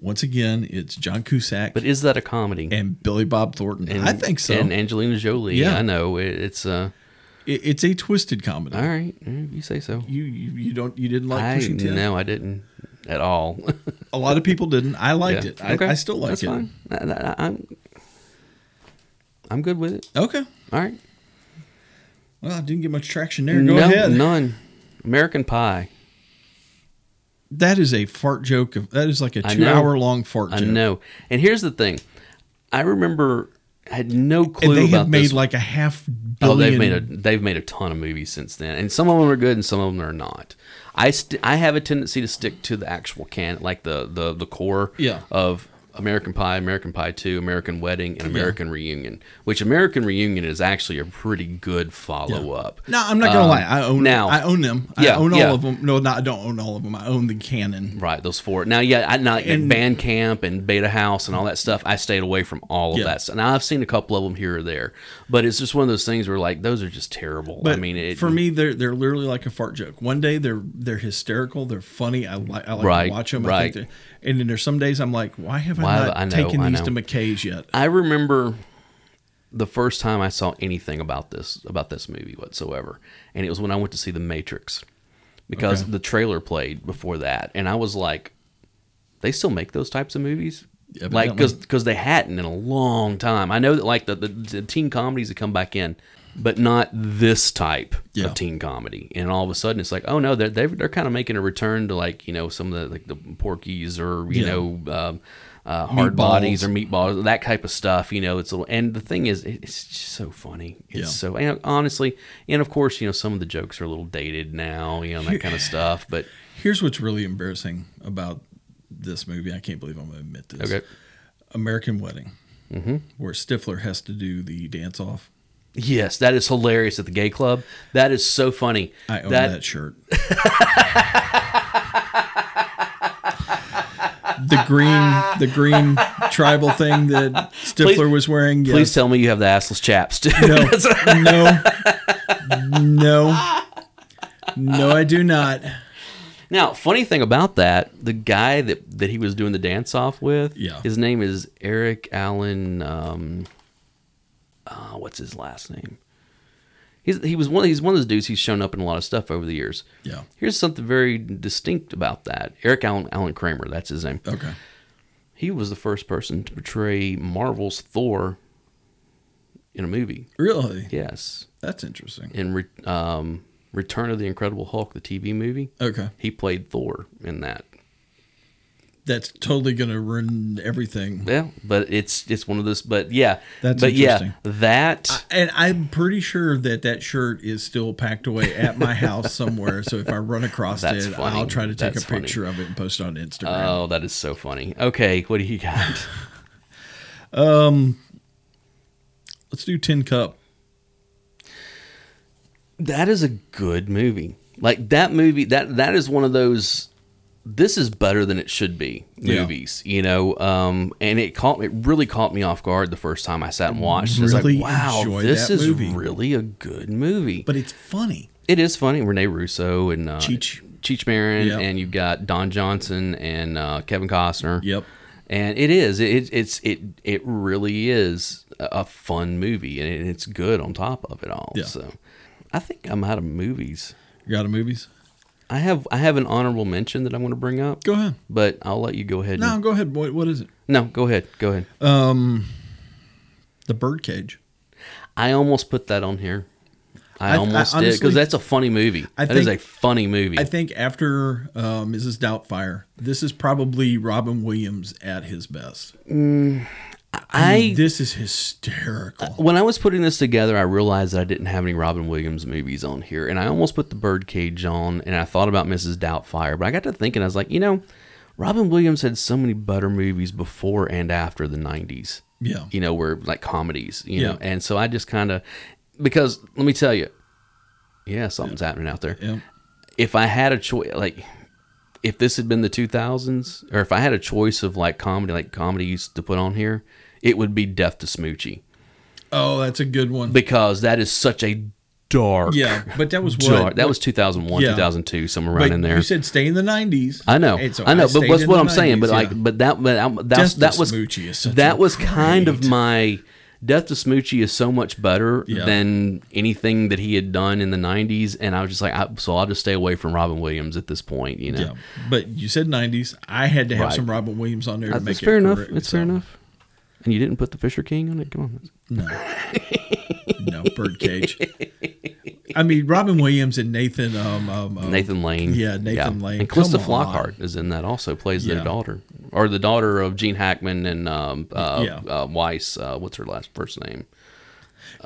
Once again, it's John Cusack But is that a comedy? and Billy Bob Thornton. And- I think so. And Angelina Jolie. Yeah. I know. It, it's, uh, It- it's a twisted comedy. all right. mm, You say so. You, you you don't you didn't like I, Pushing Ten. no, I didn't at all. A lot of people didn't. I liked Yeah. it. I, Okay. I still like That's it. fine. I, am I'm good with it. Okay. All right. Well, I didn't get much traction there. Go no, ahead. None. American Pie. That is a fart joke. Of, that is like a I two know. hour long fart I joke. know. And here's the thing. I remember I had no clue And they about have made this. like a half oh, billion. they've made a they've made a ton of movies since then, and some of them are good and some of them are not. I st- I have a tendency to stick to the actual can, like the the the core Yeah. of American Pie, American Pie 2, American Wedding, and American Reunion, which American Reunion is actually a pretty good follow up. No, I'm not gonna lie. I own Um, now- I own them. I Yeah, own all yeah. of them. No, not I don't own all of them. I own the canon. Right, those four. Now, yeah, I, now And- and, Bandcamp and Beta House and all that stuff, I stayed away from all of Yeah. that. stuff. Now, I've seen a couple of them here or there, but it's just one of those things where like those are just terrible. But I mean, it, for me, they're they're literally like a fart joke. One day they're they're hysterical. They're funny. I, li- I like Right, to watch them. I right. think they're- and then there's some days I'm like, why have I Why- not I know, taken I these know. to McKay's yet? I remember the first time I saw anything about this about this movie whatsoever, and it was when I went to see The Matrix because Okay. the trailer played before that, and I was like, they still make those types of movies. Like, Evidently. because because they hadn't in a long time. I know that like the, the, the teen comedies have come back in, but not this type Yeah. of teen comedy. And all of a sudden, it's like, oh no, they're they're, they're kind of making a return to like you know some of the like the Porkies or you Yeah. know um, uh, hard Meatballs. bodies or meatballs, that type of stuff. You know, it's a little. And the thing is, it- it's just so funny. It's Yeah. so and honestly, and of course, you know, some of the jokes are a little dated now. You know, that kind of stuff. But Here's what's really embarrassing about this movie. I can't believe I'm going to admit this. okay, Mm-hmm. American Wedding, where Stifler has to do the dance off. yes, that is hilarious at the gay club. That is so funny. I own that shirt. the green, the green tribal thing that Stifler Please- was wearing. Yes. Please tell me you have the assless chaps too. No, no, no, no, I do not. Now, funny thing about that, the guy that, that he was doing the dance off with, Yeah. his name is Eric Allen. Um, uh, what's his last name? He's he was one. He's one of those dudes. He's shown up in a lot of stuff over the years. Yeah. Here's something very distinct about that. Eric Allen Allen Kramer. That's his name. Okay. He was the first person to portray Marvel's Thor in a movie. Really? Yes, That's interesting. in re, um, Return of the Incredible Hulk, the TV movie. Okay. He played Thor in that. That's totally going to ruin everything. Yeah, but it's it's one of those. But yeah, That's but interesting. yeah, that And I'm pretty sure that that shirt is still packed away at my house somewhere. So if I run across That's it, funny. I'll try to take That's a funny. picture of it and post it on Instagram. oh, that is so funny. Okay, what do you got? Let's do Tin Cup. that is a good movie. Like that movie that that is one of those. This is better than it should be. Yeah. Movies, you know, um, and it caught me. It really caught me off guard the first time I sat and watched. It's Really like, wow, enjoyed this that is movie. really a good movie. But it's funny. It is funny. Rene Russo and uh, Cheech. Cheech Marin, Yep. and you've got Don Johnson and uh, Kevin Costner. Yep. And it is. It, it's it it really is a a fun movie, and it- it's good on top of it all. Yeah. So, I think I'm out of movies. You got a movies? I have I have an honorable mention that I want to bring up, Go ahead. but I'll let you go ahead. No, Uh, and- go ahead. What, what is it? Um, no, go ahead, go ahead. The Birdcage. I almost put that on here. I, I- I almost did honestly- because that's a funny movie. I That is think- a funny movie. I think after uh, Mrs. Doubtfire, this is probably Robin Williams at his best. I Uh, This is hysterical. when I was putting this together, I realized that I didn't have any Robin Williams movies on here, and I almost put The Birdcage on, and I thought about Mrs. Doubtfire, but I got to thinking, I was like, you know, Robin Williams had so many better movies before and after the '90s, Yeah. you know, were like comedies, you Yeah. know, and so I just kind of because let me tell you, yeah, something's happening out there Yeah. if I had a choice, like if this had been the 2000s, or if I had a choice of like comedy, like comedies to put on here, it would be Death to Smoochie Oh, that's a good one. because that is such a dark, yeah, but that was what dark. That was 2001, Yeah. 2002, somewhere around but in there. You said stay in the nineties. I know, I know, but what's what I'm saying? But yeah. like, but that, but I'm- that's, Death to that was Smoochie is such a that was kind of great- my Death to Smoochie is so much better Yeah. than anything that he had done in the '90s, and I was just like, I, so I'll just stay away from Robin Williams at this point, you know. yeah, but you said nineties. I had to have Right. some Robin Williams on there to That's make it fair enough. correct, It's so, fair enough. And you didn't put the Fisher King on it. Come on. No birdcage. I mean, Robin Williams and Nathan. Um, um, um, Nathan Lane. yeah, Nathan Lane. And Calista Come on. Flockhart is in that also, plays Yeah. their daughter. Or the daughter of Gene Hackman and um, uh, Yeah. uh, Weiss. Uh, what's her last first name?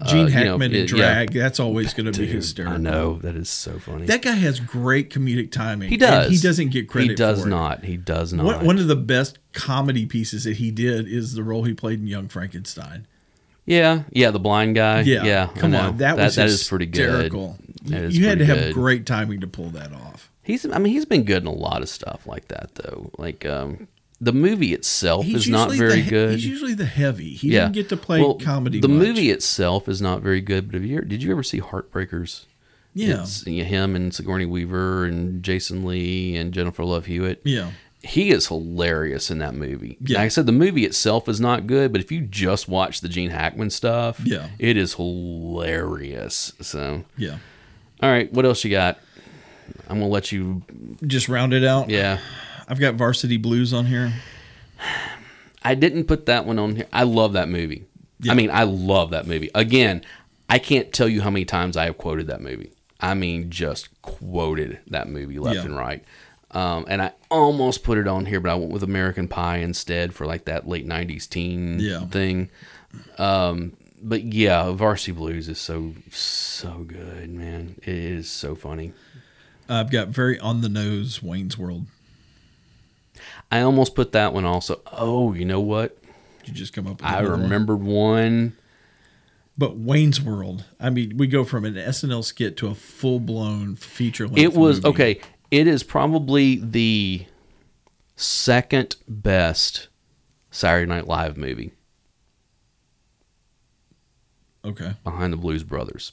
Gene you know, Hackman in it- yeah. drag. That's always going to be Dude, hysterical. I know that is so funny. That guy has great comedic timing. he does. and he doesn't get credit. He does for it. not. He does not. One, one of the best comedy pieces that he did is the role he played in Young Frankenstein. yeah, yeah. The blind guy. Yeah, Yeah, I come know. on, that, was that is pretty good. hysterical. That is you had to pretty good. have great timing to pull that off. He's. I mean, he's been good in a lot of stuff like that though. Like um, the movie itself is not usually the very he- good. He's usually the heavy. He yeah, didn't get to play Well, comedy. The much. movie itself is not very good. But have you? Did you ever see Heartbreakers? yeah, It's him and Sigourney Weaver and Jason Lee and Jennifer Love Hewitt. yeah. He is hilarious in that movie. Yeah. Like I said, the movie itself is not good, but if you just watch the Gene Hackman stuff, Yeah. it is hilarious. So, Yeah. all right, what else you got? I'm gonna let you. Just round it out. Yeah, I've got Varsity Blues on here. I didn't put that one on here. I love that movie. I mean, I love that movie. Again, I can't tell you how many times I have quoted that movie. I mean, just quoted that movie left Yeah. and right. Um, and I almost put it on here, but I went with American Pie instead for like that late '90s teen Yeah. thing. Um, but yeah, Varsity Blues is so so good, man. It is so funny. I've got very on the nose Wayne's World. I almost put that one also. Oh, you know what? Did you just come up with I another one? remembered one. But Wayne's World, I mean, we go from an SNL skit to a full blown feature length. it was movie. okay it is probably the second best saturday night live movie Okay. behind the blues brothers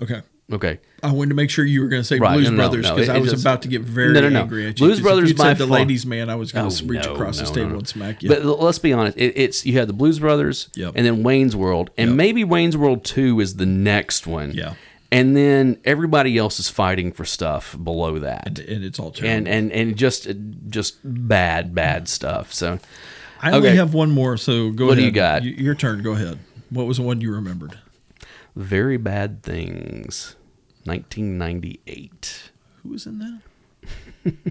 Okay. okay I wanted to make sure you were going to say Right, no, Blues no, Brothers no, because it- I it was just- about to get very No, no, no. angry at you. Blues 'cause if Brothers you'd by said the far- Oh, ladies' man, I was going to Oh, reach no, across no, the no, table no. and smack you. but l- let's be honest it, it's you had the blues brothers Yep. and then wayne's world and Yep. maybe wayne's world 2 is the next one Yeah. and then everybody else is fighting for stuff below that and it's all terrible. and and and just just bad bad stuff so I only okay. have one more, so go What do ahead. you got? Y- Your turn. Go ahead. What was the one you remembered? very bad things 1998 Who was in that?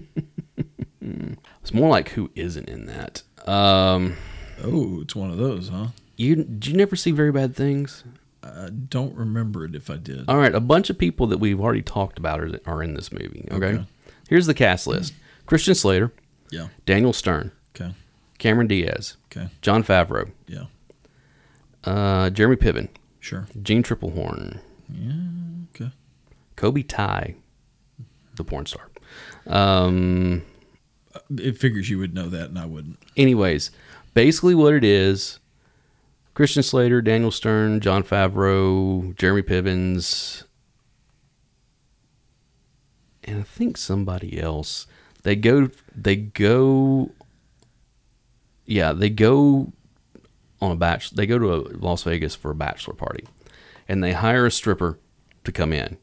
It's more like who isn't in that. Um, Oh, it's one of those, huh? you did you never see very bad things? I don't remember it if I did. All right, a bunch of people that we've already talked about are, are in this movie. Okay? Okay. here's the cast list: Christian Slater, Yeah. Daniel Stern, Okay. Cameron Diaz, Okay. John Favreau, Yeah. uh, Jeremy Piven, Sure. Gene Triplehorn, Okay. Kobe Ty, the porn star. Um, Uh, It figures you would know that, and I wouldn't. anyways, basically what it is Christian Slater, Daniel Stern, John Favreau, Jeremy Piven's, and I think somebody else. They go, they go, yeah, they go on a bachelor, they go to a Las Vegas for a bachelor party and they hire a stripper to come in.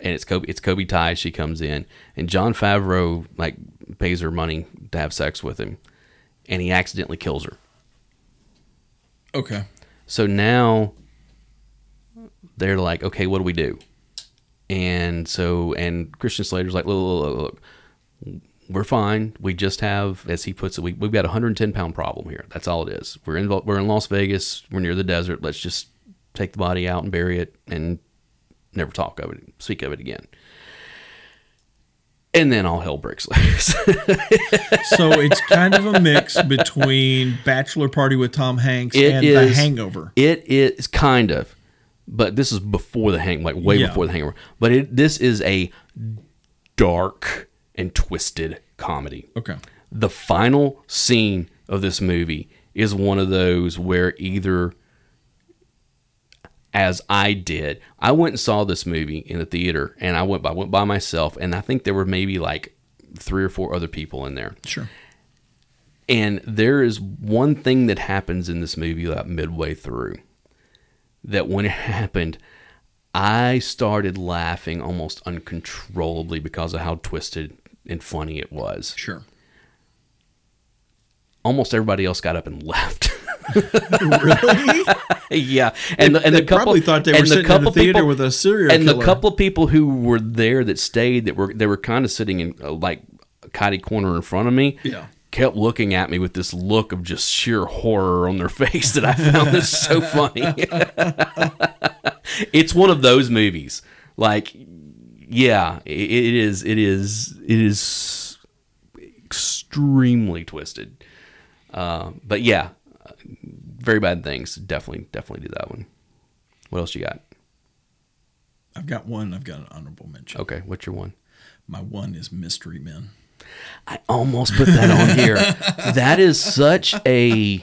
And it's Kobe, it's Kobe Ty. She comes in, and John Favreau like pays her money to have sex with him, and he accidentally kills her. Okay. So now they're like, okay, what do we do? And so, and Christian Slater's like, look, look, look, look, we're fine. We just have, as he puts it, we, we've got a 110 pound problem here. That's all it is. We're in, we're in Las Vegas. We're near the desert. Let's just take the body out and bury it and never talk of it, speak of it again. And then all hell breaks loose. So it's kind of a mix between Bachelor Party with Tom Hanks It and The is- Hangover. It is kind of, but this is before the hang, like way Yeah. before the hangover. But it, this is a dark and twisted comedy. Okay. The final scene of this movie is one of those where either, as I did, I went and saw this movie in the theater, and I went by went by myself, and I think there were maybe like three or four other people in there. Sure. And there is one thing that happens in this movie about midway through that when it happened, I started laughing almost uncontrollably because of how twisted and funny it was. Sure. Almost everybody else got up and left. really? yeah, and the, and they the couple probably thought they and were the sitting in a couple theater people- with a serial and killer. the couple people who were there that stayed that were they were kind of sitting in uh, like a cotty corner in front of me. Yeah. kept looking at me with this look of just sheer horror on their face that I found this so funny. it's one of those movies. Like, yeah, i it is. It is. It is extremely twisted. Uh, but yeah, very bad things. Definitely, definitely do that one. What else you got? I've got one. I've got an honorable mention. Okay, what's your one? My one is Mystery Men. I almost put that on here. that is such a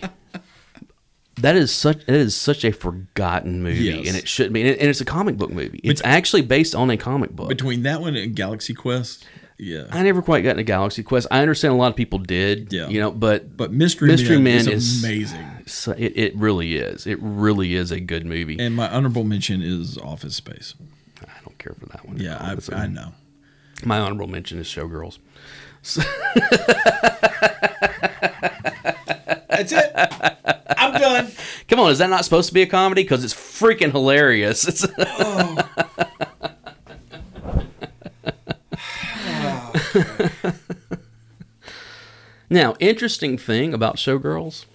that is such that is such a forgotten movie, Yes. and it should be. And it's a comic book movie. It's actually based on a comic book. Between that one and Galaxy Quest, yeah. I never quite got into Galaxy Quest. I understand a lot of people did, Yeah. you know, but, but Mystery, Mystery Men, Men is is- amazing. so it, it really is. It really is a good movie. And my honorable mention is Office Space. I don't care for that one. Yeah, I, That's a- I know. my honorable mention is Showgirls. That's it. I'm done. Come on, is that not supposed to be a comedy? Because it's freaking hilarious. It's, Now, interesting thing about Showgirls,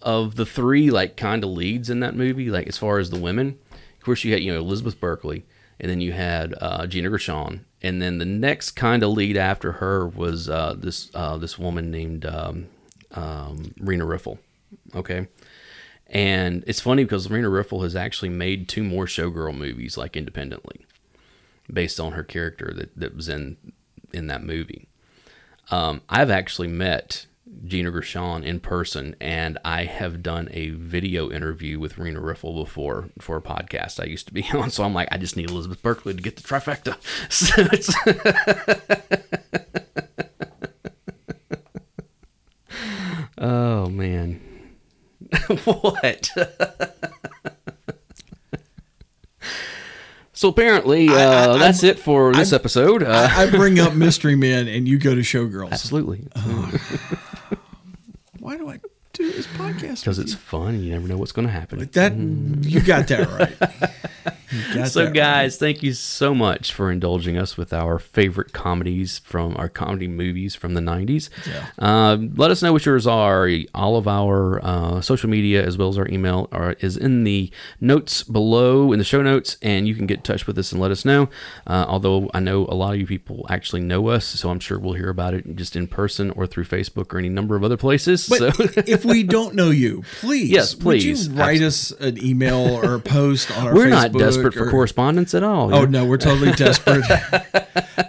of the three like kind of leads in that movie, like as far as the women, of course you had you know Elizabeth Berkley, and then you had uh, Gina Gershon, and then the next kind of lead after her was uh, this uh, this woman named um, um, Rena Riffle. Okay. And it's funny because Rena Riffle has actually made two more Showgirl movies, like independently, based on her character that, that was in in that movie. Um, I've actually met Gina Gershon in person, and I have done a video interview with Rena Riffle before for a podcast I used to be on. So I'm like, I just need Elizabeth Berkley to get the trifecta. So it's, oh man, what? so apparently, uh, I- I- that's it for this episode. Uh, I bring up Mystery Men and you go to Showgirls. absolutely. Why do I do this podcast? Because it's fun. You never know what's going to happen. that you got that right. You got So, that guys, thank you so much for indulging us with our favorite comedies from our comedy movies from the 90s. Yeah. Um, let us know what yours are. All of our uh, social media, as well as our email, are, is in the notes below in the show notes, and you can get in touch with us and let us know. Uh, although I know a lot of you people actually know us, so I'm sure we'll hear about it just in person or through Facebook or any number of other places. so. But if we don't know you, please, Yes, please. would you write us an email or a post on our We're not Facebook desperate or- for correspondence at all. Oh no, we're totally desperate.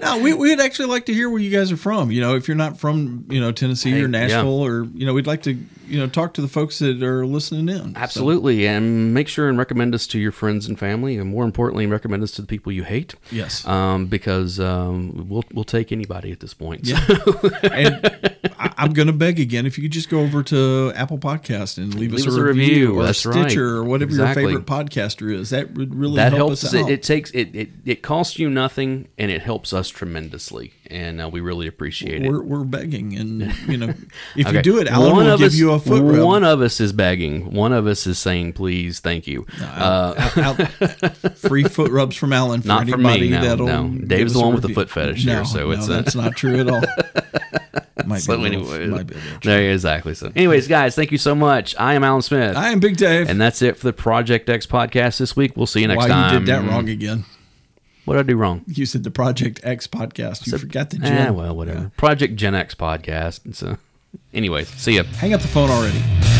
no, we, we'd actually like to hear where you guys are from. You know, if you're not from you know Tennessee Hey, or yeah. Nashville or you know, we'd like to you know talk to the folks that are listening in. So, Absolutely. And make sure and recommend us to your friends and family. And more importantly, recommend us to the people you hate. yes, Um, because um, we'll, we'll take anybody at this point. So, and I, I'm going to beg again if you could just go over to Apple Podcast and leave, us, a review, or That's Stitcher right. or whatever Exactly. your favorite podcaster is. That would really that help helps. us us. out. It, it takes it, it. It costs you nothing, and it helps us tremendously. And uh, we really appreciate it. we're, we're begging, and you know, if Okay. you do it, Alan One will of give us- you a foot rub. One of us is begging. One of us is saying, "Please, thank you." Uh, Out- out- out- Uh, free foot rubs from Alan for Not for me, anybody no, that'll. no. give Dave's us the a one with the review. foot fetish here, so no, it's, uh, that's not true at all. Might so be a little, anyway, might be a little there you- exactly. So, anyways, guys, thank you so much. I am Alan Smith. I am Big Dave. And that's it for the Project X podcast this week. We'll see you next Why time. you did that wrong again? What did I do wrong? You said the Project X podcast. You forgot the G. eh, Yeah, well, whatever. Project Gen X podcast. So, anyways, see ya. Hang up the phone already.